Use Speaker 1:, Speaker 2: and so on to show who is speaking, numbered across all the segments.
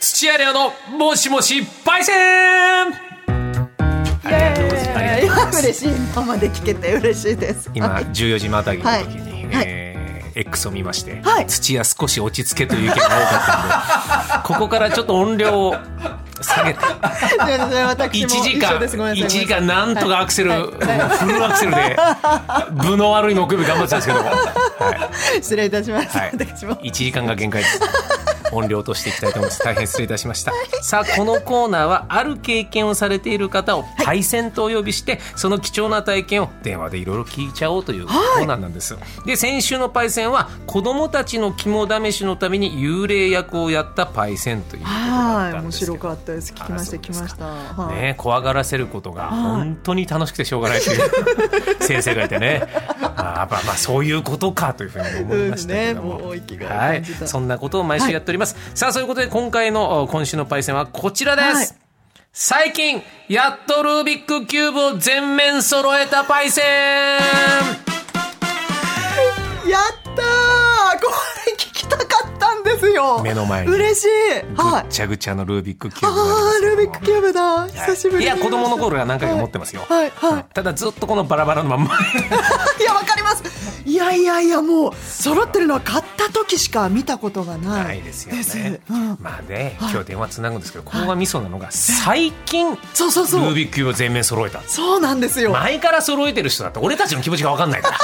Speaker 1: 土屋レオのもしもしパイセン
Speaker 2: イエーイ
Speaker 1: ありがとうございます
Speaker 2: 嬉しい生で聞けて嬉しいです
Speaker 1: 今
Speaker 2: はい
Speaker 1: 14時またぎの時に、
Speaker 2: はい
Speaker 1: えー X を見まして、
Speaker 2: はい
Speaker 1: 土屋少し落ち着けという意見が多かったんでこ こからちょっと音量を下げて
Speaker 2: すいません
Speaker 1: 1
Speaker 2: 私も
Speaker 1: 時
Speaker 2: 一
Speaker 1: 間
Speaker 2: 緒ですごめんなさい
Speaker 1: 1時間なんとかアクセル、
Speaker 2: はい
Speaker 1: もうフルアクセルで 分の悪い木曜日頑張ってたんですけども、は
Speaker 2: 失礼いたします、
Speaker 1: いはい、
Speaker 2: 私も
Speaker 1: 1時間が限界です音量としていきたいと思います大変失礼いたしましたさあこのコーナーはある経験をされている方を対戦とお呼びしてその貴重な体験を電話でいろいろ聞いちゃおうというコーナーなんです、で先週のパイセンは子供たちの肝試しのために幽霊役をやったパイセンということだ
Speaker 2: は
Speaker 1: っ
Speaker 2: い
Speaker 1: たん
Speaker 2: 面
Speaker 1: ですけど
Speaker 2: 白かったです聞きました
Speaker 1: あそう
Speaker 2: 聞
Speaker 1: で
Speaker 2: き
Speaker 1: すか
Speaker 2: ました、はい
Speaker 1: ね、怖がらせることが
Speaker 2: はい
Speaker 1: 本当に楽しくてしょうがないという 先生がいてねあーやっぱまあそういうことかというふうに思いましたけれども,、
Speaker 2: うんねもう生きがい
Speaker 1: は
Speaker 2: 感
Speaker 1: い、
Speaker 2: じた
Speaker 1: そんなことを毎週やっております、さあそういうことで今回のお今週のパイセンはこちらです、
Speaker 2: はい
Speaker 1: 最近やっとルービックキューブを全面揃えたパイセン
Speaker 2: やったーこれ聞きたかったんですよ
Speaker 1: 目の前に
Speaker 2: 嬉しい
Speaker 1: ぐ
Speaker 2: は
Speaker 1: っ
Speaker 2: い
Speaker 1: ちゃぐちゃのルービックキューブが
Speaker 2: あ
Speaker 1: あ
Speaker 2: ールービックキューブだ
Speaker 1: はい
Speaker 2: 久しぶり
Speaker 1: いや子供の頃は何回か持ってますよ、
Speaker 2: はいはいはい
Speaker 1: ただずっとこのバラバラのまんま
Speaker 2: いやわかりますいやいやいやもう揃ってるのは買った時しか見たことがない
Speaker 1: ないですよね。
Speaker 2: うん
Speaker 1: まあね、
Speaker 2: はい
Speaker 1: 今日電話つなぐんですけど、ここがミソなのが、最近、ル
Speaker 2: そうそうそ
Speaker 1: ー
Speaker 2: う
Speaker 1: ビックキューブを全面揃えた。
Speaker 2: そうなんですよ
Speaker 1: 前から揃えてる人だって、俺たちの気持ちが分かんないから。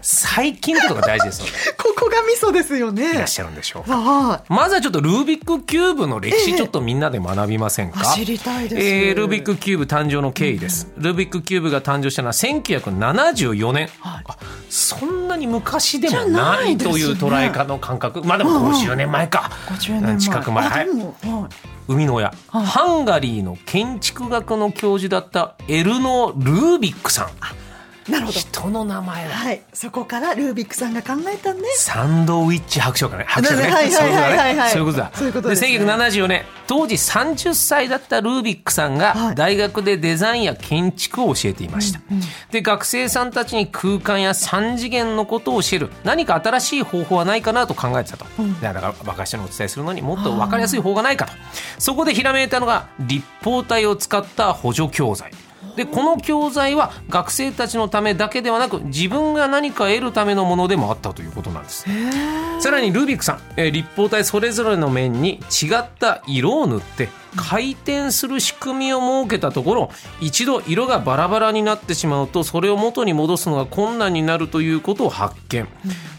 Speaker 1: 最近ってことが大事 ですので、
Speaker 2: ここがミソですよ
Speaker 1: いら
Speaker 2: ね
Speaker 1: っしゃるんでしょうか。
Speaker 2: は
Speaker 1: まずはちょっとルービックキューブの歴
Speaker 2: え
Speaker 1: 史
Speaker 2: え
Speaker 1: ちょっとみんなで学びませんか、
Speaker 2: あ知りたいです
Speaker 1: えールービックキューブ誕生の経緯です、ルービックキューブが誕生したのは1974年、
Speaker 2: はい
Speaker 1: あそんなに昔でも
Speaker 2: じゃ
Speaker 1: な
Speaker 2: ないいです
Speaker 1: と
Speaker 2: ね
Speaker 1: いう捉え方の感覚まあでも50年前か、
Speaker 2: い50年前
Speaker 1: 近く前
Speaker 2: あ
Speaker 1: はい
Speaker 2: でもはい
Speaker 1: 生みの親、
Speaker 2: はい
Speaker 1: ハンガリーの建築学の教授だったエルノ・ルービックさん
Speaker 2: なるほど
Speaker 1: 人の名前は
Speaker 2: はいそこからルービックさんが考えたね
Speaker 1: サンドウィッチ伯爵だね伯爵ね
Speaker 2: はいはいはいはいはい
Speaker 1: そういうことだ
Speaker 2: そういうことですね
Speaker 1: 1974年当時30歳だったルービックさん
Speaker 2: は
Speaker 1: が
Speaker 2: い
Speaker 1: 大学でデザインや建築を教えていました、で学生さんたちに空間や3次元のことを教える何か新しい方法はないかなと考えてたと、だから若者にお伝えするのにもっと分かりやすい方がないかとそこでひらめいたのが立方体を使った補助教材でこの教材は学生たちのためだけではなく自分が何か得るためのものでもあったということなんですさらにルービックさん、えー立方体それぞれの面に違った色を塗って回転する仕組みを設けたところ一度色がバラバラになってしまうとそれを元に戻すのが困難になるということを発見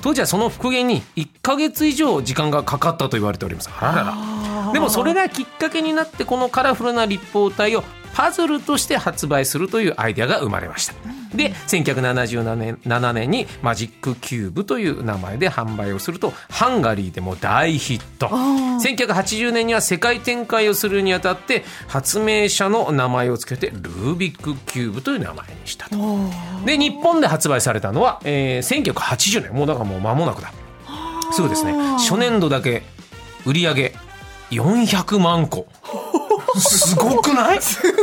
Speaker 1: 当時はその復元に1ヶ月以上時間がかかったと言われておりますあららら
Speaker 2: あー
Speaker 1: でもそれがきっかけになってこのカラフルな立方体をパズルとして発売するというアイデアが生まれました。で、1977年 ,7 年にマジックキューブという名前で販売をすると、ハンガリーでも大ヒット。
Speaker 2: あー
Speaker 1: 1980年には世界展開をするにあたって、発明者の名前を付けて、ルービックキューブという名前にしたと。
Speaker 2: おー
Speaker 1: で、日本で発売されたのは、えー1980年。もうだからもう間もなくだ。そうですね。初年度だけ売り上げ400万 個。すごくない？
Speaker 2: すご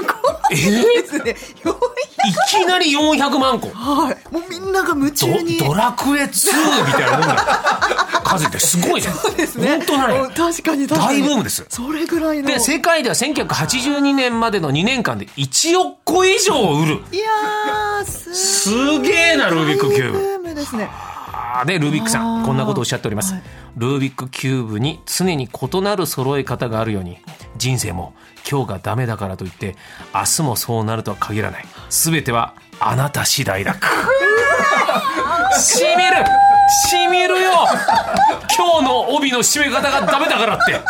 Speaker 2: いですね。よ
Speaker 1: いきなり400万個。
Speaker 2: はい。もうみんなが夢
Speaker 1: ド
Speaker 2: 中に。
Speaker 1: ドラクエ2みたいなもんだ。数ってすごいね。
Speaker 2: ですね。
Speaker 1: 本当だね
Speaker 2: うん確かに確か
Speaker 1: 大
Speaker 2: に。
Speaker 1: ブームです。
Speaker 2: それぐらいの。
Speaker 1: で世界では1982年までの2年間で1億個以上を売る。
Speaker 2: いやー、す
Speaker 1: すげえなルービックキューブ
Speaker 2: 大ブームですね。
Speaker 1: あーでルービックさ
Speaker 2: あ
Speaker 1: ん
Speaker 2: ー
Speaker 1: こんなことをおっしゃっております、
Speaker 2: はい
Speaker 1: ルービックキューブに常に異なる揃え方があるように人生も今日がダメだからといって明日もそうなるとは限らない全てはあなた次第だしみるしみるよ今日の帯の締め方がダメだからって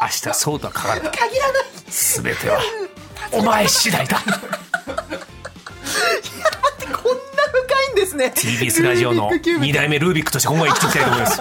Speaker 1: 明日そうとは限らない
Speaker 2: 限らない。
Speaker 1: 全てはお前次第だ
Speaker 2: こんな深いんですね。
Speaker 1: TBS ラジオの
Speaker 2: ルービックキューブ
Speaker 1: 2代目ルービックとして今後は生きていきたいと思います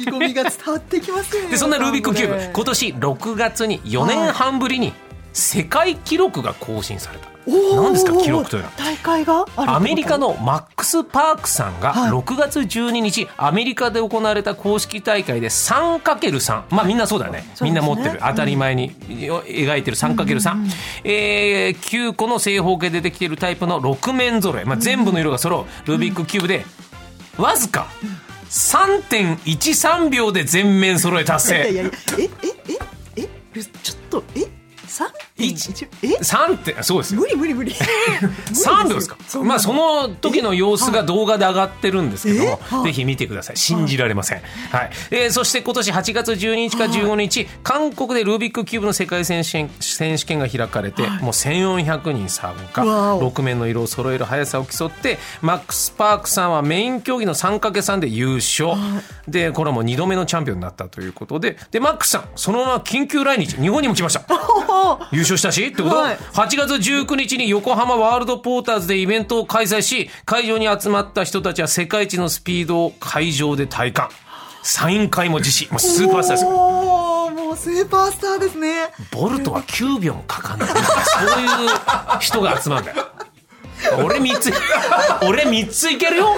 Speaker 2: 意気込みが伝わってきますね。
Speaker 1: でそんなルービックキューブ
Speaker 2: こ
Speaker 1: 今年6月に4年半ぶりに世界記録が更新された
Speaker 2: おー
Speaker 1: 何ですか記録というのは
Speaker 2: 大会があるってこと
Speaker 1: アメリカのマックス・パークさんが
Speaker 2: はい
Speaker 1: 6月12日アメリカで行われた公式大会で 3×3 まあみんなそうだよね
Speaker 2: そうですね
Speaker 1: みんな持ってる当たり前に描いてる 3×3 えー9個の正方形でできているタイプの6面揃えまあ全部の色が揃うルービックキューブでわずか3.13秒で全面揃え達
Speaker 2: いやい
Speaker 1: 成
Speaker 2: やいやええええちょっとえ三
Speaker 1: 一
Speaker 2: 一え
Speaker 1: 3ってそうですよ
Speaker 2: 無理無 理無理
Speaker 1: 3秒ですか
Speaker 2: そんな
Speaker 1: まあその時の様子が動画で上がってるんですけども
Speaker 2: えはい
Speaker 1: ぜひ見てください信じられません、はいえーそして今年8月12日から15日韓国でルービックキューブの世界選手権選手権が開かれて、もう1400人参加
Speaker 2: わお
Speaker 1: 6面の色を揃える速さを競ってマックス・パークさんはメイン競技の 3×3 で優勝、でこれはもう2度目のチャンピオンになったということででマックスさんそのまま緊急来日日本にも来ました優勝したしってこと、
Speaker 2: はい
Speaker 1: ?8 月19日に横浜ワールドポーターズでイベントを開催し、会場に集まった人たちは世界一のスピードを会場で体感。サイン会も実施。もうスーパースターですよ。
Speaker 2: おーもうスーパースターですね
Speaker 1: ボルトは9秒もかかんない。そういう人が集まるんだよ。俺3つ、俺3ついけるよ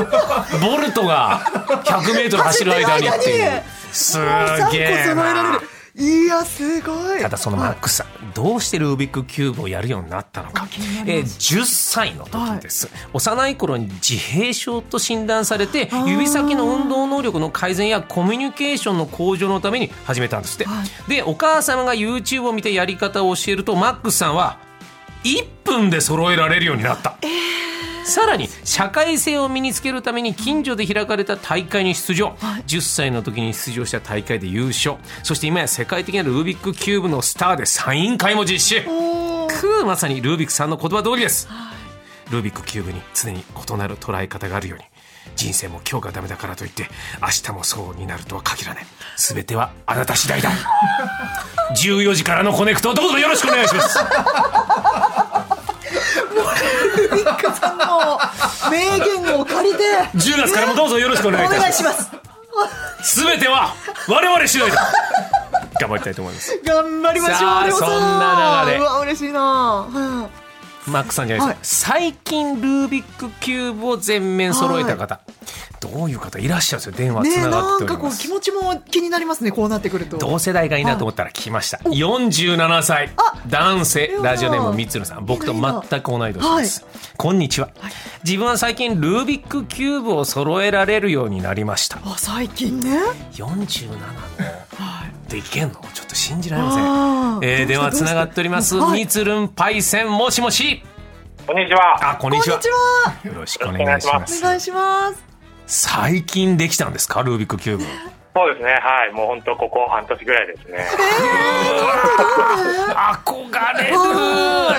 Speaker 1: ボルトが100メートル走る間にって いう。す
Speaker 2: 三個
Speaker 1: げ
Speaker 2: 揃え
Speaker 1: え
Speaker 2: られ
Speaker 1: な
Speaker 2: る。いやすごい
Speaker 1: ただそのマックスさん、どうしてルービックキューブをやるようになったのか、えー10歳の時です、幼い頃に自閉症と診断されて
Speaker 2: ー
Speaker 1: 指先の運動能力の改善やコミュニケーションの向上のために始めたんですって、
Speaker 2: はい
Speaker 1: でお母様が YouTube を見てやり方を教えるとマックスさんは1分で揃えられるようになった、さらに社会性を身につけるために近所で開かれた大会に出場、10歳の時に出場した大会で優勝そして今や世界的なルービックキューブのスターでサイン会も実施
Speaker 2: おー
Speaker 1: くまさにルービックさんの言葉通りです、ルービックキューブに常に異なる捉え方があるように人生も今日がダメだからといって明日もそうになるとは限らない全てはあなた次第 だ14時からのコネクトどうぞよろしくお願いします
Speaker 2: ビックさんの名言を 借りて
Speaker 1: 10月からもどうぞよろしくお
Speaker 2: お
Speaker 1: 願いいたし
Speaker 2: 願
Speaker 1: ま
Speaker 2: い
Speaker 1: す
Speaker 2: します
Speaker 1: 全ては我々次第だ頑張りたいと思います
Speaker 2: 頑張りましょ
Speaker 1: さあ
Speaker 2: うでも
Speaker 1: そんな流れ
Speaker 2: うわ嬉しいな、うん
Speaker 1: マックさんじゃないです、最近ルービックキューブを全面揃えた方、どういう方いらっしゃるんですよ電話
Speaker 2: ね
Speaker 1: つ
Speaker 2: え
Speaker 1: なが
Speaker 2: な
Speaker 1: って
Speaker 2: ん
Speaker 1: おり
Speaker 2: かこ
Speaker 1: ま
Speaker 2: う
Speaker 1: す、
Speaker 2: 気持ちも気になりますねこうなってくると
Speaker 1: 同世代がいいなと思ったら来ました47歳
Speaker 2: あ
Speaker 1: 男性
Speaker 2: やだ
Speaker 1: ラジオネーム三つのさん僕と全く同い年です、こんにちは自分は最近ルービックキューブを揃えられるようになりました
Speaker 2: あ最近ね
Speaker 1: 47の
Speaker 2: はい
Speaker 1: でいけんのちょっと信じられ
Speaker 2: あ
Speaker 1: ま
Speaker 2: ー
Speaker 1: せん、えー、
Speaker 2: どうして
Speaker 1: 電話つながっております
Speaker 2: どうしてはい
Speaker 1: みつるんパイセンもしもし
Speaker 3: こんにちは。
Speaker 1: あこん
Speaker 2: こ
Speaker 1: に
Speaker 2: んに
Speaker 1: ち
Speaker 2: ち
Speaker 1: は
Speaker 2: は
Speaker 1: よろしくお願いしま
Speaker 2: お
Speaker 1: す
Speaker 2: 願いします
Speaker 1: 最近できたんですかルービックキューブ
Speaker 3: そうですね。はい。もう本当ここ半年ぐらいです ね。
Speaker 1: 憧れ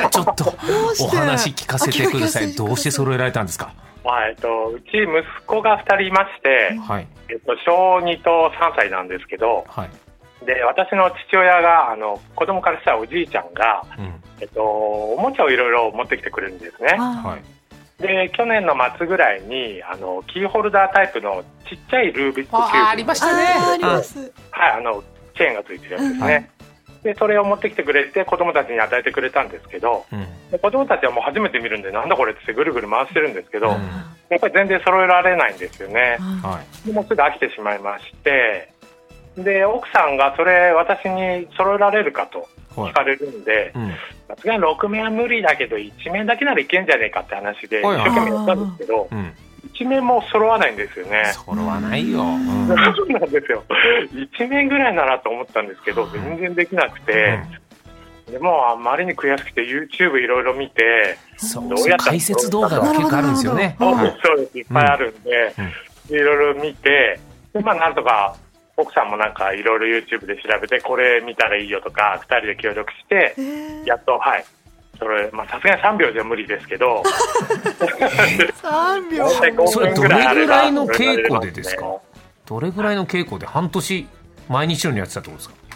Speaker 1: る ちょっと
Speaker 2: どうして
Speaker 1: お話聞かせてくださいどうして揃えられたんですか
Speaker 3: まあ、えっと、うち息子が二人いまして、
Speaker 1: はい
Speaker 3: えっと、小2と3歳なんですけど、
Speaker 1: はい、
Speaker 3: で、私の父親が、あの、子供からしたらおじいちゃんが、
Speaker 1: うん
Speaker 3: えっと、おもちゃをいろいろ持ってきてくれるんですね。
Speaker 1: はい、
Speaker 3: で、去年の末ぐらいに、あの、キーホルダータイプのちっちゃいルービックキューブ。
Speaker 2: あーあります
Speaker 3: はい、あの、チェーンがついてるやつです
Speaker 1: はい
Speaker 3: ね。で、それを持ってきてくれて、子供たちに与えてくれたんですけど、
Speaker 1: うん
Speaker 3: で子供たちはもう初めて見るんで、なんだこれってぐるぐる回してるんですけど、
Speaker 1: うん
Speaker 3: やっぱり全然揃えられないんですよね。
Speaker 2: あ
Speaker 1: はい
Speaker 3: でもうすぐ飽きてしまいまして、で、奥さんがそれ私に揃えられるかと
Speaker 1: は
Speaker 3: 聞
Speaker 1: い
Speaker 3: かれるんで、
Speaker 1: うん
Speaker 3: さすがに6面は無理だけど、1面だけならいけんじゃねえかって話で、一
Speaker 1: はいはい
Speaker 3: 生懸命やったんですけど、
Speaker 1: うん
Speaker 3: 1面も揃わないんですよね。
Speaker 1: 揃わないよ、うん
Speaker 3: そうなんですよ。1面ぐらいならと思ったんですけど、全然できなくて、でもあまりに悔しくて YouTube いろいろ見て、
Speaker 1: そう
Speaker 3: どうやったら
Speaker 1: 解説動画が結構あるんですよね
Speaker 2: なる
Speaker 3: そう
Speaker 2: ほ
Speaker 1: は
Speaker 2: ど
Speaker 3: で
Speaker 1: い
Speaker 3: す、そうです、いっぱいあるんで
Speaker 1: うん、
Speaker 3: いろいろ見て、でまあ、なんとか、奥さんもなんかいろいろ YouTube で調べて、これ見たらいいよとか、二人で協力して
Speaker 2: え、ー
Speaker 3: やっと、はい、それ、まあ、さすがに3秒じゃ無理ですけど、
Speaker 2: 三秒
Speaker 3: 大体5
Speaker 1: それ
Speaker 3: 分
Speaker 1: ど
Speaker 3: ぐ
Speaker 1: れ
Speaker 3: らいあれ
Speaker 1: ぐ
Speaker 3: ば
Speaker 1: らいの稽古でです
Speaker 3: それ
Speaker 1: かどれぐらいの稽古で半年毎日のようにやってたってことですか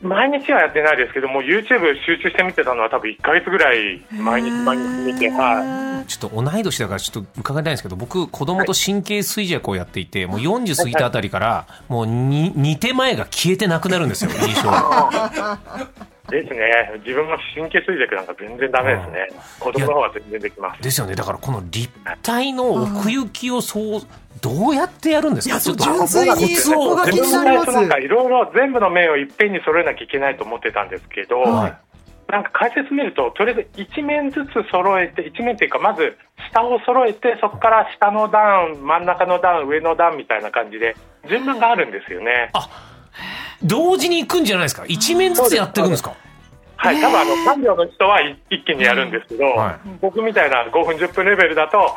Speaker 3: 毎日はやってないですけど、もう YouTube 集中して見てたのは、多分1ヶ月ぐらい、毎日毎日見て、はい。
Speaker 1: ちょっと同い年だからちょっと伺いたいんですけど僕子供と神経衰弱をやっていてもう40過ぎたあたりからもうに似て前が消えてなくなるんですよ印象が
Speaker 3: ですね、自分の神経衰弱なんか全然ダメですね、子供の方が全然できます。
Speaker 1: ですよねだからこの立体の奥行きをそうどうやってやるんです
Speaker 2: い
Speaker 1: か
Speaker 2: や
Speaker 1: ち
Speaker 2: そ
Speaker 1: ょっ
Speaker 2: う
Speaker 1: と
Speaker 2: 純粋にそこが気
Speaker 3: 自分
Speaker 2: に
Speaker 3: の
Speaker 2: なり
Speaker 3: 最
Speaker 2: ます
Speaker 3: 初なんかいろいろ全部の面をいっぺんに揃えなきゃいけないと思ってたんですけど、
Speaker 1: はい
Speaker 3: なんか解説見ると、とりあえず1面ずつ揃えて、1面っていうか、まず下を揃えて、そこから下の段、真ん中の段、上の段みたいな感じで、順番があるんですよね。
Speaker 1: あ同時に行くんじゃないですか一面ずつやっていくんですか
Speaker 3: はい、多分あの3秒の人は一一気にやるんですけど、
Speaker 1: は
Speaker 3: 僕みたいな5分10分レベルだと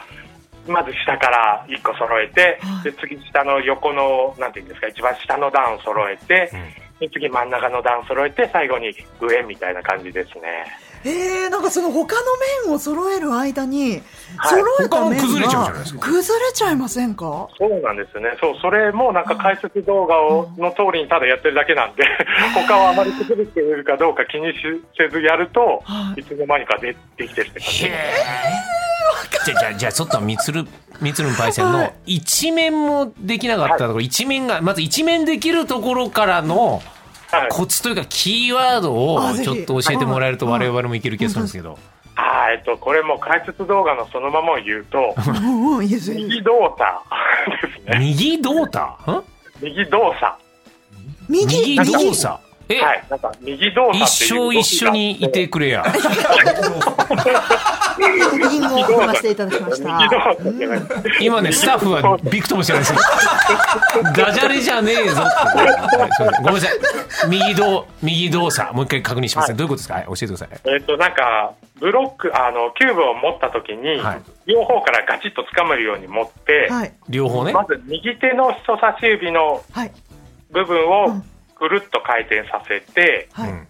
Speaker 3: まず下から1個揃えて、で次下の横のなんていうんですか一番下の段を揃えて、で次真ん中の段揃えて最後に上みたいな感じですね
Speaker 2: えー、なんかその他の面を揃える間に、
Speaker 3: はい
Speaker 2: 揃えた面
Speaker 1: 他も崩れちゃうじゃ
Speaker 2: が
Speaker 1: ないですか
Speaker 2: 崩れちゃいませんか
Speaker 3: そうなんですねそうそれもなんか解説動画をの通りにただやってるだけなんで他はあまり崩れてるかどうか気にしせずやると
Speaker 2: はい
Speaker 3: つの間にかでできてるって感じ
Speaker 1: へえじゃあじゃあじゃあちょっとみつるみつるんパイセン
Speaker 2: は
Speaker 1: の
Speaker 2: い
Speaker 1: 一面もできなかったところ、一面がまず一面できるところからの
Speaker 3: はい
Speaker 1: コツというかキーワードを
Speaker 2: あぜひ
Speaker 1: ちょっと教えてもらえると
Speaker 2: は
Speaker 1: 我
Speaker 2: い
Speaker 1: 々もいける気がするんですけど
Speaker 3: はい、えっと、これも解説動画のそのままを言う と、
Speaker 2: うんうん、いいですよいいです
Speaker 3: 右動作 ですね。
Speaker 1: 右どうたん
Speaker 3: 右動作。
Speaker 1: 右
Speaker 2: 右、
Speaker 1: どうさえ、
Speaker 3: はい、なんか右動作
Speaker 1: 一
Speaker 3: っていう
Speaker 1: 生
Speaker 3: 動きが
Speaker 1: 一緒にいてくれや
Speaker 2: 右ンを踏ませていただきまし
Speaker 3: 右動
Speaker 2: た。
Speaker 3: 作じゃない。
Speaker 1: 今ねスタッフはびくともしてないですダジャレじゃねえぞってはいすいませんごめんなさい右どう右動作もう一回確認しますね、
Speaker 3: はい
Speaker 1: どういうことですか、はい、教えてください
Speaker 3: えっと、なんか、ブロック、あの、キューブを持った時に、
Speaker 1: はい
Speaker 3: 両方からガチッと掴むように持って、
Speaker 2: はい。
Speaker 1: 両方ね
Speaker 3: まず右手の人差し指の
Speaker 2: はい。
Speaker 3: 部分をぐるっと回転させて、
Speaker 2: は
Speaker 1: う
Speaker 2: い。
Speaker 1: ん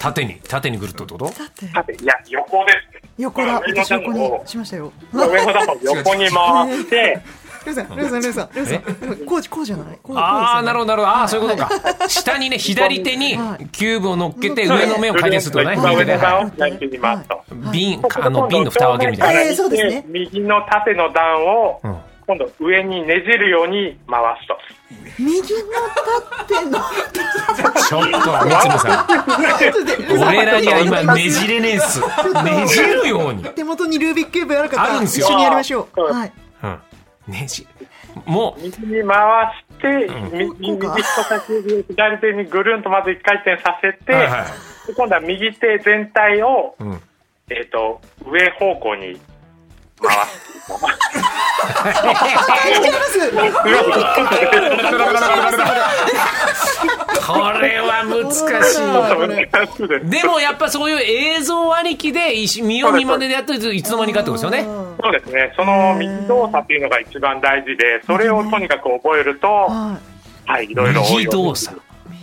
Speaker 1: 縦に縦にぐるっとってこと
Speaker 2: さて、
Speaker 3: 縦いや、横です。
Speaker 2: 横だ。
Speaker 3: 上の
Speaker 2: 私
Speaker 3: 段
Speaker 2: 横に
Speaker 3: を、
Speaker 2: しましたよ。
Speaker 3: 上の段を横に回 して、
Speaker 2: ルーさん、ルーさん、ルーさん、ルーさん。こう、こうじゃないこう
Speaker 1: ああなる
Speaker 2: ほ
Speaker 1: ほどなるほどああそういうことか下にね左手に
Speaker 2: はい
Speaker 1: キューブを乗っけて上の面を回転するとね
Speaker 3: 一番
Speaker 1: 右手
Speaker 3: 上
Speaker 1: で
Speaker 3: の
Speaker 1: は
Speaker 3: 段を左手に回すと。
Speaker 1: い瓶あの瓶の蓋を開けるみたいな
Speaker 2: はいえーそうですね
Speaker 3: 右の縦の段を
Speaker 1: うん
Speaker 3: 今度上にねじるように回すと。
Speaker 2: 右の縦の。
Speaker 1: ちょっと三つさん俺らには今ねじれねえっすねじるように
Speaker 2: 手元にルービックキューブある方
Speaker 1: あるんです
Speaker 2: 一
Speaker 1: よ
Speaker 2: 緒にやりましょう。
Speaker 3: うん
Speaker 2: はい。
Speaker 1: うんねじも
Speaker 3: 右に回して、
Speaker 1: う
Speaker 2: こう
Speaker 3: 右
Speaker 2: か
Speaker 3: 右人差し指を左手にぐるんとまず一回転させ
Speaker 1: う
Speaker 3: て、
Speaker 1: はいは
Speaker 3: で今度は右手全体を、
Speaker 1: いうん
Speaker 3: えっと上方向に回 す。
Speaker 2: 違います。
Speaker 1: これは難
Speaker 2: あ
Speaker 1: し
Speaker 2: これ
Speaker 3: 難しいです
Speaker 1: いでもやっぱそういう映像ありきでいし見よう見まねでやってるといつの間にかってことですよね
Speaker 3: そうですね。その右動作っていうのが一番大事で、それをとにかく覚えると、
Speaker 2: は
Speaker 3: はい、いろいろ応
Speaker 1: 右
Speaker 3: 用
Speaker 1: 動作
Speaker 2: い。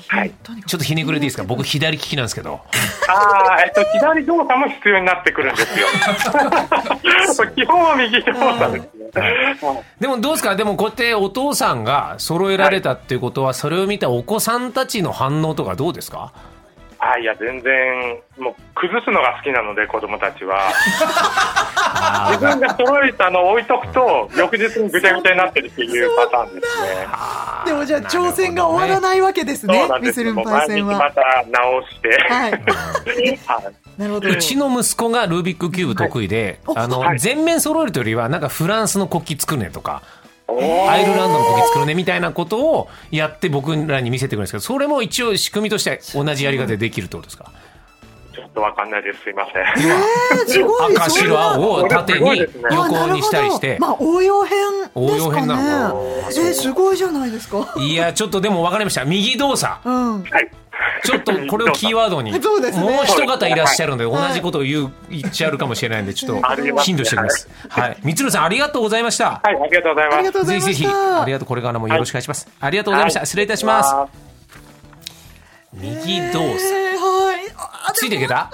Speaker 3: はい。
Speaker 2: とにかく
Speaker 1: ちょっとひねくれていいですか僕左利きなんですけど
Speaker 3: ああ、えっと、左動作も必要になってくるんですよ。 基本は右動作ですね。
Speaker 1: でもどうですかでもこうやってお父さんが揃えられたっていうことはそれを見たお子さんたちの反応とかどうですか
Speaker 3: あいや、全然、もう、崩すのが好きなので、子供たちは。自分が揃えたのを置いとくと、翌日にぐちゃぐちゃになってるっていうパターンですね。
Speaker 2: でもじゃあ挑戦が終わらないわけです
Speaker 3: そ
Speaker 2: ね
Speaker 3: うな。んで
Speaker 2: ミス
Speaker 3: すよ。
Speaker 2: ル
Speaker 3: も
Speaker 2: ン
Speaker 3: う
Speaker 2: パイ
Speaker 3: 毎
Speaker 2: セ
Speaker 3: 日
Speaker 2: ン
Speaker 3: ま
Speaker 2: は。
Speaker 3: た直して。
Speaker 2: はい。
Speaker 3: はい
Speaker 2: なるほど。
Speaker 1: うちの息子がルービックキューブ得意で、
Speaker 2: はい
Speaker 1: あの、
Speaker 3: はい
Speaker 1: 全面揃えるというよりは、なんかフランスの国旗作るねとか、
Speaker 3: おー
Speaker 1: アイルランドの国旗作るねみたいなことをやって僕らに見せてくれるんですけど、それも一応仕組みとして同じやり方でできるってことですか
Speaker 3: ちょっとわかんないです。すいません。
Speaker 2: えーすごい。
Speaker 1: 赤、
Speaker 2: そん
Speaker 1: 白、
Speaker 2: な
Speaker 1: 青を縦に横
Speaker 2: あな
Speaker 1: にし
Speaker 2: るほ
Speaker 1: た
Speaker 2: ど
Speaker 1: りして。
Speaker 2: まあ応用編ですかね
Speaker 1: 応用編なの
Speaker 2: えーすごいじゃないですか
Speaker 1: いや、ちょっとでも分かりました。右動作。
Speaker 2: うん
Speaker 3: はい。
Speaker 1: ちょっとこれをキーワードに、
Speaker 2: そうですね
Speaker 1: もう一方いらっしゃるので、同
Speaker 2: はい
Speaker 1: じことを言う、言っちゃうかもしれないんで、ちょっ
Speaker 3: あり
Speaker 1: と
Speaker 3: ます
Speaker 1: 頻度しておきます。はい。三つさん、ありがとうございました。
Speaker 3: はい、ありがとうござい
Speaker 2: ありが
Speaker 3: ます。
Speaker 2: とうご
Speaker 1: ぜ
Speaker 2: ざい
Speaker 1: ひ
Speaker 2: ま
Speaker 1: ぜ
Speaker 2: し
Speaker 1: ひ、
Speaker 2: た
Speaker 1: ありがとう、これからもよろしくお願いします。ありがとうございました。
Speaker 3: はい
Speaker 1: 失礼いたします。
Speaker 3: あ
Speaker 1: 右動作。
Speaker 2: えーはいあ
Speaker 1: ついていけた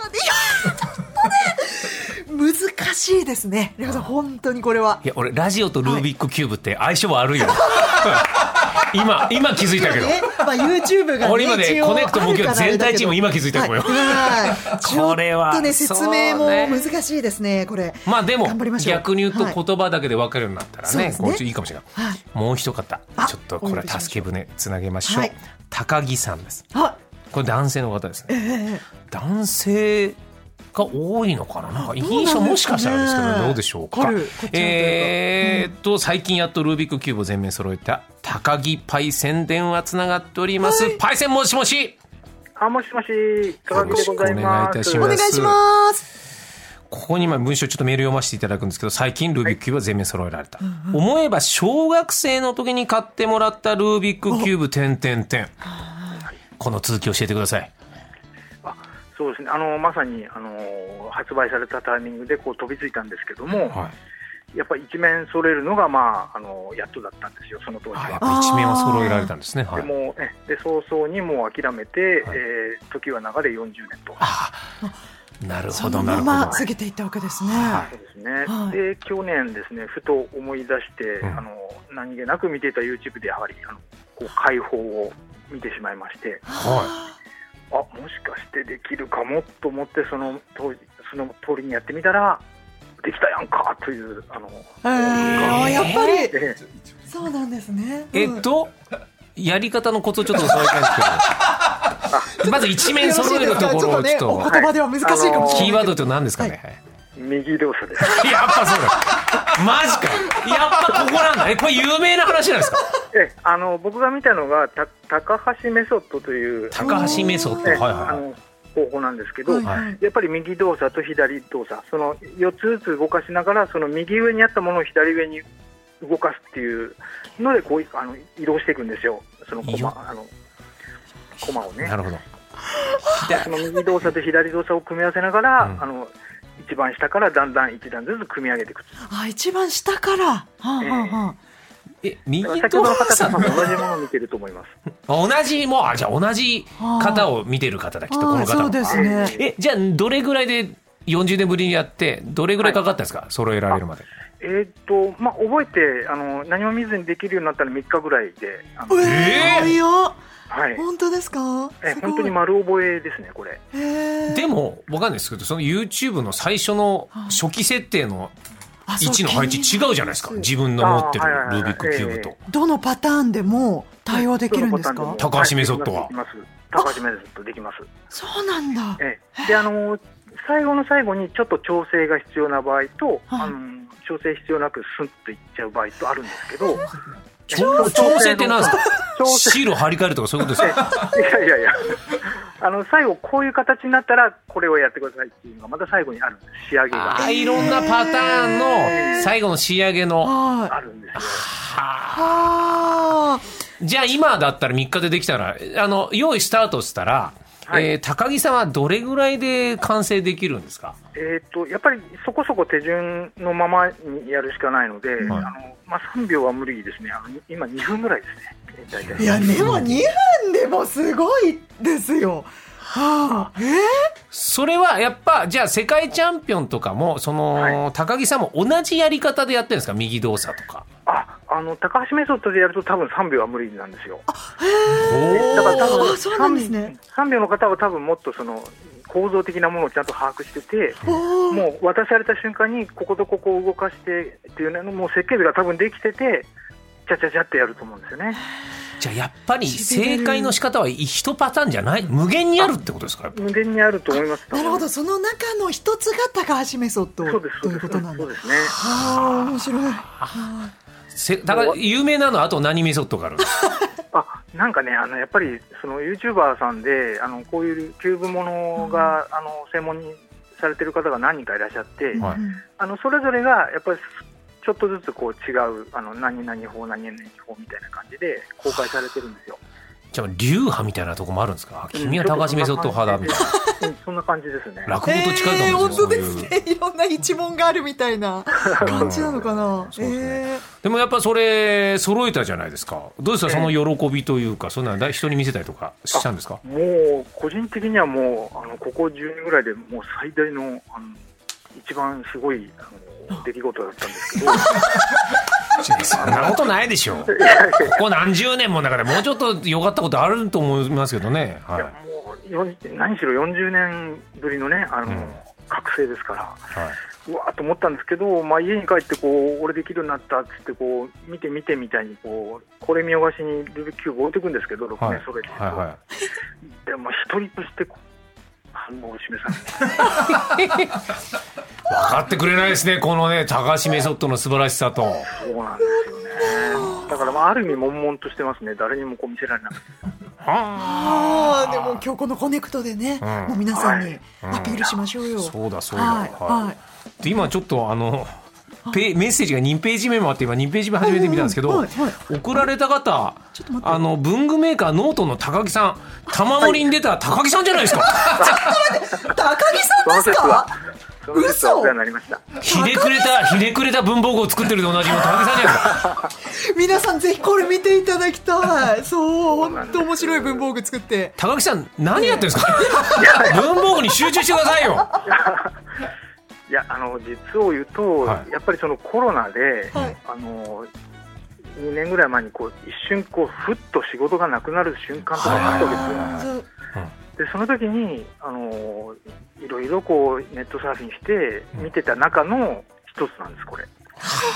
Speaker 2: でも難しいですねレオさん本当にこれはい
Speaker 1: や、俺、ラジオとルービックキューブって相性悪いよ。今、今気づいたけど。
Speaker 2: ねまあ YouTube がね
Speaker 1: 俺今ね
Speaker 2: 一応
Speaker 1: コネクト木曜
Speaker 2: あるから
Speaker 1: 全体チーム今気づいたと思うよ
Speaker 2: はいはいちょ
Speaker 1: これは
Speaker 2: っとね説明
Speaker 1: そう
Speaker 2: も
Speaker 1: ね
Speaker 2: 難しいですねこれ
Speaker 1: まあでも
Speaker 2: 頑張りましょう
Speaker 1: 逆に言
Speaker 2: は
Speaker 1: う
Speaker 2: い
Speaker 1: と言葉だけで分かるようになったら
Speaker 2: そう
Speaker 1: ね,、
Speaker 2: ですね
Speaker 1: こうちょっといいかもしれない、
Speaker 2: はい
Speaker 1: もう一方
Speaker 2: あ
Speaker 1: ちょっとこれは助け舟つなげましょう、
Speaker 2: はい
Speaker 1: 高木さんです
Speaker 2: あ
Speaker 1: これ男性の方ですね、
Speaker 2: えー
Speaker 1: 男性が多いのかななんか印
Speaker 2: どうなんです
Speaker 1: 象もしか
Speaker 2: かね
Speaker 1: したらですけどどうでしょうか
Speaker 2: あるこっちのというか
Speaker 1: えーっと最近やっとルービックキューブを全面揃えた高木パイセン電話つながっております、パイセンもしもし
Speaker 4: あ、もしもし、科
Speaker 1: よ
Speaker 4: 学
Speaker 1: ろ
Speaker 4: で
Speaker 1: しく
Speaker 4: ご
Speaker 1: お
Speaker 4: ざい
Speaker 1: 願いい
Speaker 4: ま
Speaker 1: た
Speaker 4: す
Speaker 1: し。
Speaker 2: お
Speaker 1: ま
Speaker 2: 願い
Speaker 1: す
Speaker 2: します
Speaker 1: ここに今文章ちょっとメール読ませていただくんですけど、最近ルービックキューブは全面揃えられた。思えば小学生の時に買ってもらったルービックキューブ点点点。この続き教えてください。
Speaker 4: あそうですねあのまさにあの発売されたタイミングでこう飛びついたんですけども、
Speaker 1: は
Speaker 4: やっぱり一面揃えるのが、まあ、あのやっとだったんですよ、その当時
Speaker 1: い。やっ
Speaker 4: は。
Speaker 1: ぱ一面は揃えられたんですね。は
Speaker 4: で
Speaker 1: い。
Speaker 4: もうねで早々にもう諦めて、
Speaker 1: はい
Speaker 4: えー時は流れ40年と、
Speaker 1: ああ、なるほ
Speaker 2: そ
Speaker 1: ど、
Speaker 2: の
Speaker 1: なる
Speaker 2: ま
Speaker 1: ほ
Speaker 2: ま
Speaker 1: ど。
Speaker 2: 過ぎていったわけですね。
Speaker 1: は
Speaker 4: そうですね、
Speaker 2: はい
Speaker 4: で去年、ですねふと思い出して、
Speaker 1: うん
Speaker 4: あの何気なく見ていた YouTube で、やはりあのこう解放を見てしまいまして、
Speaker 1: は
Speaker 4: あもしかしてできるかもと思ってその当時、その通りにやってみたら、できたやんかという。あの
Speaker 2: えーあやっぱり
Speaker 4: え
Speaker 2: そうなんですね。
Speaker 1: い。え
Speaker 2: うん
Speaker 1: っと、やり方のコツをちょっと教えたいんですけど。まず一面揃えるところをちょっ
Speaker 2: ちょっとね、お
Speaker 1: と、
Speaker 2: 言葉では難しいかもしれない。
Speaker 1: キーワードって何ですかね。
Speaker 4: ー右動作です
Speaker 1: はいやっぱそうだ。マジか。やっぱここなんだ。え、これ有名な話なんですか
Speaker 4: ええあの僕が見たのがた高橋メソッドという
Speaker 1: 高橋メソッド。は
Speaker 4: え
Speaker 1: い
Speaker 4: え
Speaker 1: はい
Speaker 4: あ
Speaker 1: はい。
Speaker 4: の方法なんですけど、
Speaker 2: はいはい
Speaker 4: やっぱり右動作と左動作その4つずつ動かしながらその右上にあったものを左上に動かすっていうのでこうあの移動していくんですよそのコ
Speaker 1: いいよ
Speaker 4: マあのコマをね
Speaker 1: なるほど。
Speaker 4: その右動作と左動作を組み合わせながら、
Speaker 1: うん
Speaker 4: あの一番下からだんだん一段ずつ組み上げていく
Speaker 2: あ一番下から。はあはあはあ
Speaker 1: え、右
Speaker 4: 先
Speaker 1: と
Speaker 4: ほどの方
Speaker 1: さ
Speaker 4: と
Speaker 1: ん
Speaker 4: 同じものを見てると思います
Speaker 1: 同じ、もう、あ、じゃあ同じ方を見てる方だ、きっとこ
Speaker 2: は
Speaker 1: の
Speaker 2: い、そう
Speaker 1: 方も。
Speaker 2: ですね。
Speaker 1: え、じゃあどれぐらいで40年ぶりにやって、どれぐらいかかったんですか揃えられるまで。
Speaker 4: えーっとまあ、覚えてあの何も見ずにできるようになったの3日ぐらいで、あの
Speaker 1: えー
Speaker 2: えー、いや
Speaker 4: はい、
Speaker 2: 本当ですか。
Speaker 4: え
Speaker 2: すごい
Speaker 4: 本当に丸覚えですね、これ。
Speaker 2: えー
Speaker 1: でも、わかんないですけど、その YouTube の最初の初期設定の
Speaker 2: あそう
Speaker 1: 位置の配置違うじゃないですか。
Speaker 2: 気になり
Speaker 1: 自分の持ってる
Speaker 4: あーはいはいはい
Speaker 1: ルービックキューブ
Speaker 4: え
Speaker 1: と。
Speaker 2: ますどのパターンでも対応できるんです
Speaker 4: どの
Speaker 2: か
Speaker 4: ボ。タンでも
Speaker 1: 高橋メソッドはい
Speaker 4: できますできます高橋メソッドできます。
Speaker 2: そうなんだ。
Speaker 4: ええで、あの最後の最後にちょっと調整が必要な場合と、
Speaker 2: はい
Speaker 4: あの調整必要なくスンといっちゃう場合とあるんですけど、
Speaker 1: 調調整って何ですか
Speaker 4: 調整
Speaker 1: シールを張り替えるとかそういうことですか
Speaker 4: いやいやいや、あの最後こういう形になったらこれをやってくださいっていうのがまた最後にあるんです。仕上げ
Speaker 1: あ
Speaker 4: が
Speaker 1: ーいろんなパターンの最後の仕上げの。
Speaker 2: はい。
Speaker 4: あるんですよ。
Speaker 2: はあ。
Speaker 1: じゃあ今だったら3日でできたら、あの、用意スタートしたら、
Speaker 4: はい
Speaker 1: えー高木さんはどれぐらいで完成できるんですか
Speaker 4: えー、とやっぱりそこそこ手順のままにやるしかないので、
Speaker 1: い
Speaker 4: あのまあ、3秒は無理ですね、あの今、2分ぐらいですね、大体
Speaker 2: いやでも二分でもすごいですよ。はあ。え
Speaker 1: それはやっぱ、じゃあ世界チャンピオンとかも、その、
Speaker 4: は
Speaker 1: 高木さんも同じやり方でやってるんですか右動作とか。
Speaker 4: ああの高橋メソッドでやると、多分3秒は無理なんですよ、だから
Speaker 1: お
Speaker 4: 多分
Speaker 2: あそうなんですね
Speaker 4: 3、3秒の方は多分もっとその構造的なものをちゃんと把握してて、
Speaker 2: ー、おー
Speaker 4: もう渡された瞬間に、こことここを動かしてっていうのもう設計図が多分できてて、ちゃちゃちゃってやると思うんですよね。
Speaker 1: じゃあやっぱり正解の仕方は一パターンじゃない無限にあるってことですかやっぱ
Speaker 4: 無限にあると思います
Speaker 2: なるほどその中の一つが高橋メソッド
Speaker 4: そうです、
Speaker 2: と
Speaker 4: そう
Speaker 2: い
Speaker 4: で
Speaker 2: うこ
Speaker 4: す、
Speaker 2: となん
Speaker 4: そ
Speaker 2: だ
Speaker 4: う。ですね。
Speaker 2: ああ面白い。は
Speaker 1: せ高木有名なのはあと何メソッドがあるんですか
Speaker 4: あなんかね、あのやっぱりそのユーチューバーさんであのこういうキューブものが、あの専門にされてる方が何人かいらっしゃって、
Speaker 2: い
Speaker 1: はい
Speaker 2: うん
Speaker 4: あのそれぞれがやっぱりちょっとずつこう違うあの何々法何々法みたいな感じで公開されてるんですよ。
Speaker 1: じゃあ流派みたいなとこもあるんですか 君は高橋メソッド派だみたいな。
Speaker 4: な。うんそんな感じですね。
Speaker 1: 落語と近いかもしれない。
Speaker 2: えー本当です
Speaker 1: そういう
Speaker 2: ね。いろんな一問があるみたい な感じなのかな。
Speaker 1: そうですね
Speaker 2: えー
Speaker 1: でもやっぱそれ揃えたじゃないですか。どうですかその喜びというか、そんなの人に見せたりとかしたんですか。
Speaker 4: もう個人的にはもうあのここ10年ぐらいでもう最大のあの一番すごいあの出来事だったんですけ ど。
Speaker 1: そんなことないでしょ。こ
Speaker 4: いやいやいや
Speaker 1: こ何十年もだからもうちょっと良かったことあると思いますけどね。はい
Speaker 4: いやもうよん何しろ40年ぶりのね、あの
Speaker 1: うん
Speaker 4: 覚醒ですから、
Speaker 1: は
Speaker 4: うわーと思ったんですけど、まあ、家に帰ってこう、俺できるようになったっつってこう、見て見てみたいにこう、これ見よがしにルービックキューブ置いていくんですけど、6
Speaker 1: い。はい
Speaker 4: 年それで、
Speaker 1: はいは
Speaker 4: でも一人としてこう反応を示さない
Speaker 1: い。分かってくれないですね。このね高橋メソッドの素晴らしさと。
Speaker 4: そうなんですよね。だから、まあ、ある意味悶々としてますね誰にもこう見せられなくて
Speaker 2: ああ、でも
Speaker 1: は
Speaker 2: 今日このコネクトでね、
Speaker 1: うん
Speaker 2: もう皆さんに
Speaker 1: はい
Speaker 2: アピールしましょうよ。
Speaker 1: あそうだそうだ
Speaker 2: はい、
Speaker 1: は
Speaker 2: はい
Speaker 1: で今ちょっとあのペメッセージが2ページ目もあって今2ページ目初めて見たんですけど、
Speaker 2: うんうんはいはい
Speaker 1: 送られた方
Speaker 2: ちょっと待って
Speaker 1: あの文具メーカーノートの高木さん玉森に出た高木さんじゃない ですか
Speaker 2: い。高木さんです
Speaker 4: その説は
Speaker 2: か。
Speaker 4: その説は
Speaker 2: 嘘
Speaker 4: お世話になりました
Speaker 1: ひねくれたひねくれた文房具を作ってるでおなじみの高木さんじゃないですか
Speaker 2: 皆さんぜひこれ見ていただきたい。そう、本当面白い文房具作って。
Speaker 1: 高木さん何やってるんですか文房具に集中してくださいよ
Speaker 4: いやあの実を言うと、
Speaker 1: はい
Speaker 4: やっぱりそのコロナで、
Speaker 2: はい
Speaker 4: あの2年ぐらい前にこう一瞬こうふっと仕事がなくなる瞬間とかがあったわけですよ
Speaker 2: あー
Speaker 4: でその時にあのいろいろこうネットサーフィンして見てた中の一つなんですこれ、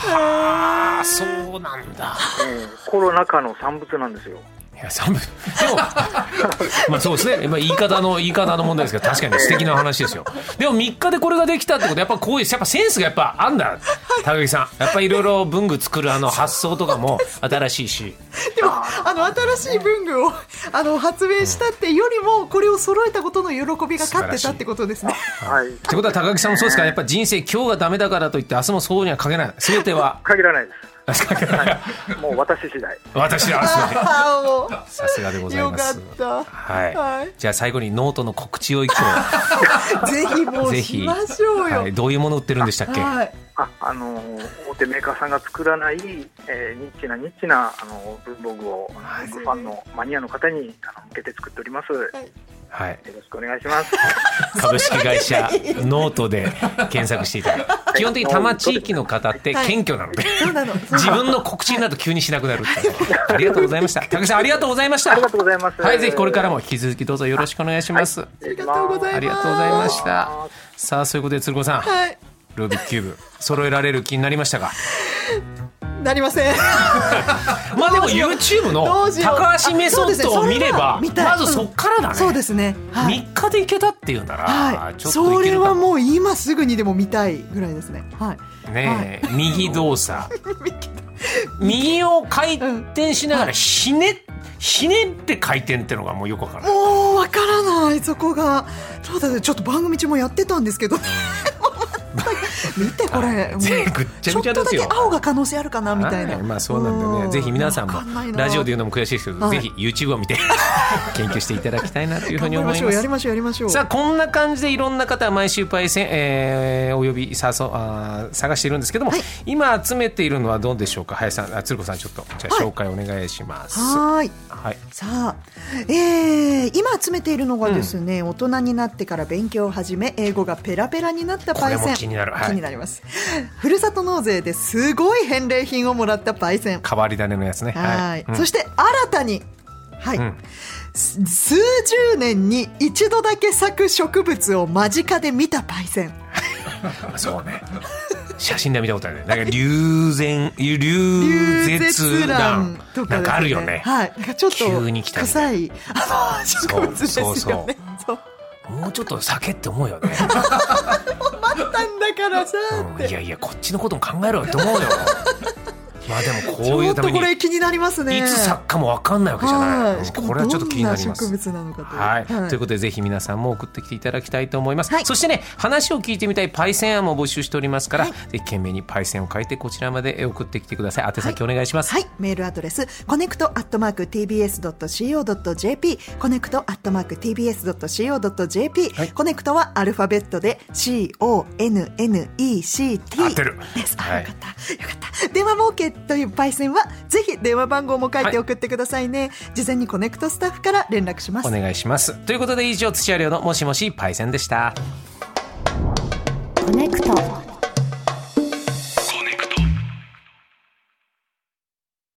Speaker 1: ああそうなんだ
Speaker 4: えーコロナ禍の産物なんですよ
Speaker 1: いや寒いでもまあそうですね、まあ、言い方の言い方の問題ですけど確かに素敵な話ですよでも3日でこれができたってことはやっぱこういうやっぱセンスがやっぱあんだ高木さんやっぱいろいろ文具作るあの発想とかも新しいし
Speaker 2: でもあの新しい文具をあの発明したってよりもこれを揃えたことの喜びが勝ってたってことですね。
Speaker 4: はい
Speaker 1: ってことは高木さんもそうですからやっぱ人生今日がダメだからといって明日もそうにはかけない全て は
Speaker 4: 限らないで
Speaker 1: 私
Speaker 4: すもう私次第
Speaker 1: は明日まで
Speaker 2: ああ
Speaker 1: さすがでご
Speaker 2: もう
Speaker 1: ざい
Speaker 2: よ
Speaker 1: ま
Speaker 2: か
Speaker 1: す
Speaker 2: った。
Speaker 1: はい、
Speaker 2: はい
Speaker 1: じゃあ最後にノートの告知 を一個、
Speaker 2: ぜひもう
Speaker 1: ぜ
Speaker 2: し
Speaker 1: ひ、
Speaker 2: ましょうよ。
Speaker 1: はい、どういうもの売ってるんでしたっけ、
Speaker 2: はい。
Speaker 4: ああの大手メーカーさんが作らない、えーニッチなニッチなあの文房具を文具ファンのマニアの方にあの向けて作っておりますよ
Speaker 1: はい、
Speaker 4: ろしくお願いします
Speaker 1: 株式会社ノートで検索していただく基本的に多摩地域の方って
Speaker 2: はい
Speaker 1: 謙虚なので、
Speaker 2: そうなの。
Speaker 1: 自分の告知になると急にしなくなるっていうありがとうございました高木さんありがとうございまし
Speaker 4: あ
Speaker 1: た
Speaker 4: りがとうございます
Speaker 1: はいぜひこれからも引き続きどうぞよろしくお願いします、
Speaker 2: ありがとうございます。
Speaker 1: ありがとうございましたさあそういうことで鶴子さん、
Speaker 2: はい。
Speaker 1: ルービックキューブ揃えられる気になりましたが
Speaker 2: なりません。
Speaker 1: まあでも YouTube の
Speaker 2: どうしよう
Speaker 1: 高橋メソッドを見れば
Speaker 2: あそうですねそれは見たい
Speaker 1: まずそっからだね、
Speaker 2: そうですね。はい。
Speaker 1: 3日でいけたっていうなら、
Speaker 2: はい、
Speaker 1: ちょっと
Speaker 2: そ
Speaker 1: いけ
Speaker 2: れ
Speaker 1: るか
Speaker 2: は
Speaker 1: も
Speaker 2: もう今すぐにでも見たいぐらいですね。はい。
Speaker 1: ねえ、右動作右を回転しながらひね、ひねって回転ってのがもうよくわからない
Speaker 2: もうわからないそこが。そうだね。ちょっと番組中もやってたんですけど。 見てこれ。 もう
Speaker 1: ぜひぐっちゃぐちゃですよ
Speaker 2: ちょっとだけ青が可能性あるかなみたいな。
Speaker 1: はいまあそうなんだよ
Speaker 2: う
Speaker 1: ねぜひ皆さんも
Speaker 2: わかないな
Speaker 1: ラジオで言うのも悔しいですけど、
Speaker 2: はい
Speaker 1: ぜひ YouTube を見て研究していただきたいなというふう
Speaker 2: 頑
Speaker 1: に
Speaker 2: 張り
Speaker 1: 思
Speaker 2: ま
Speaker 1: い
Speaker 2: しょ
Speaker 1: ま
Speaker 2: うや
Speaker 1: す
Speaker 2: りましょうやりましょう。
Speaker 1: さあこんな感じでいろんな方毎週パイセン、えーお呼びさそあー探しているんですけども、
Speaker 2: はい
Speaker 1: 今集めているのはどうでしょうか林さんあ鶴子さんちょっとじゃあ
Speaker 2: はい
Speaker 1: 紹介お願いします。
Speaker 2: はーい。
Speaker 1: はい
Speaker 2: さあ、えー今集めているのがですね、大人になってから勉強を始め英語がペラペラになったパイ
Speaker 1: これも
Speaker 2: セン
Speaker 1: 気になるはい
Speaker 2: ますふるさと納税ですごい返礼品をもらったパイセン
Speaker 1: 変わり種のやつね。
Speaker 2: はい、
Speaker 1: うん
Speaker 2: そして新たにはい、
Speaker 1: うん
Speaker 2: す数十年に一度だけ咲く植物を間近で見たパイセン
Speaker 1: そうね。写真では見たことあるね。なんか龍禅、龍絶蘭
Speaker 2: とか
Speaker 1: な
Speaker 2: ですね
Speaker 1: んかあるよね。
Speaker 2: はい、ちょっ
Speaker 1: 急に来
Speaker 2: と
Speaker 1: たみ
Speaker 2: 臭いあの植物です
Speaker 1: そ
Speaker 2: よ
Speaker 1: う
Speaker 2: ね
Speaker 1: そうそう
Speaker 2: そう
Speaker 1: もうちょっと酒って思うよね。
Speaker 2: 待ったんだからさっ
Speaker 1: うんい
Speaker 2: て
Speaker 1: やいや、こっちのことも考えろよって思う よ。まあでもこういう
Speaker 2: ち
Speaker 1: た
Speaker 2: ょっと
Speaker 1: めに
Speaker 2: こ、れ気になりますね
Speaker 1: いつ作家もわかんないわけじゃない。
Speaker 2: はい
Speaker 1: これはちょっと気になりま
Speaker 2: どん
Speaker 1: す
Speaker 2: な。植物なのかと
Speaker 1: はい、
Speaker 2: は
Speaker 1: ということでぜひ皆さんも送ってきていただきたいと思います、
Speaker 2: はい
Speaker 1: そしてね話を聞いてみたいパイセン案も募集しておりますから、ぜひ懸命にパイセンを書いてこちらまで送ってきてください宛先お願いします、
Speaker 2: はい、メールアドレス、コネクトアットマーク tbs.co.jp、コネクトアットマーク tbs.co.jp、コネクトはアルファベットで c-o-n-n-e-c-t。
Speaker 1: 合ってる
Speaker 2: です。あ、
Speaker 1: はい
Speaker 2: よかった。よかった。電話も OK というパイセンは、ぜひ電話番号も書い
Speaker 1: はい
Speaker 2: て送ってくださいね。事前にコネクトスタッフから連絡します。
Speaker 1: お願いしますということで以上土屋亮のもしもしパイセンでした
Speaker 5: コネクト。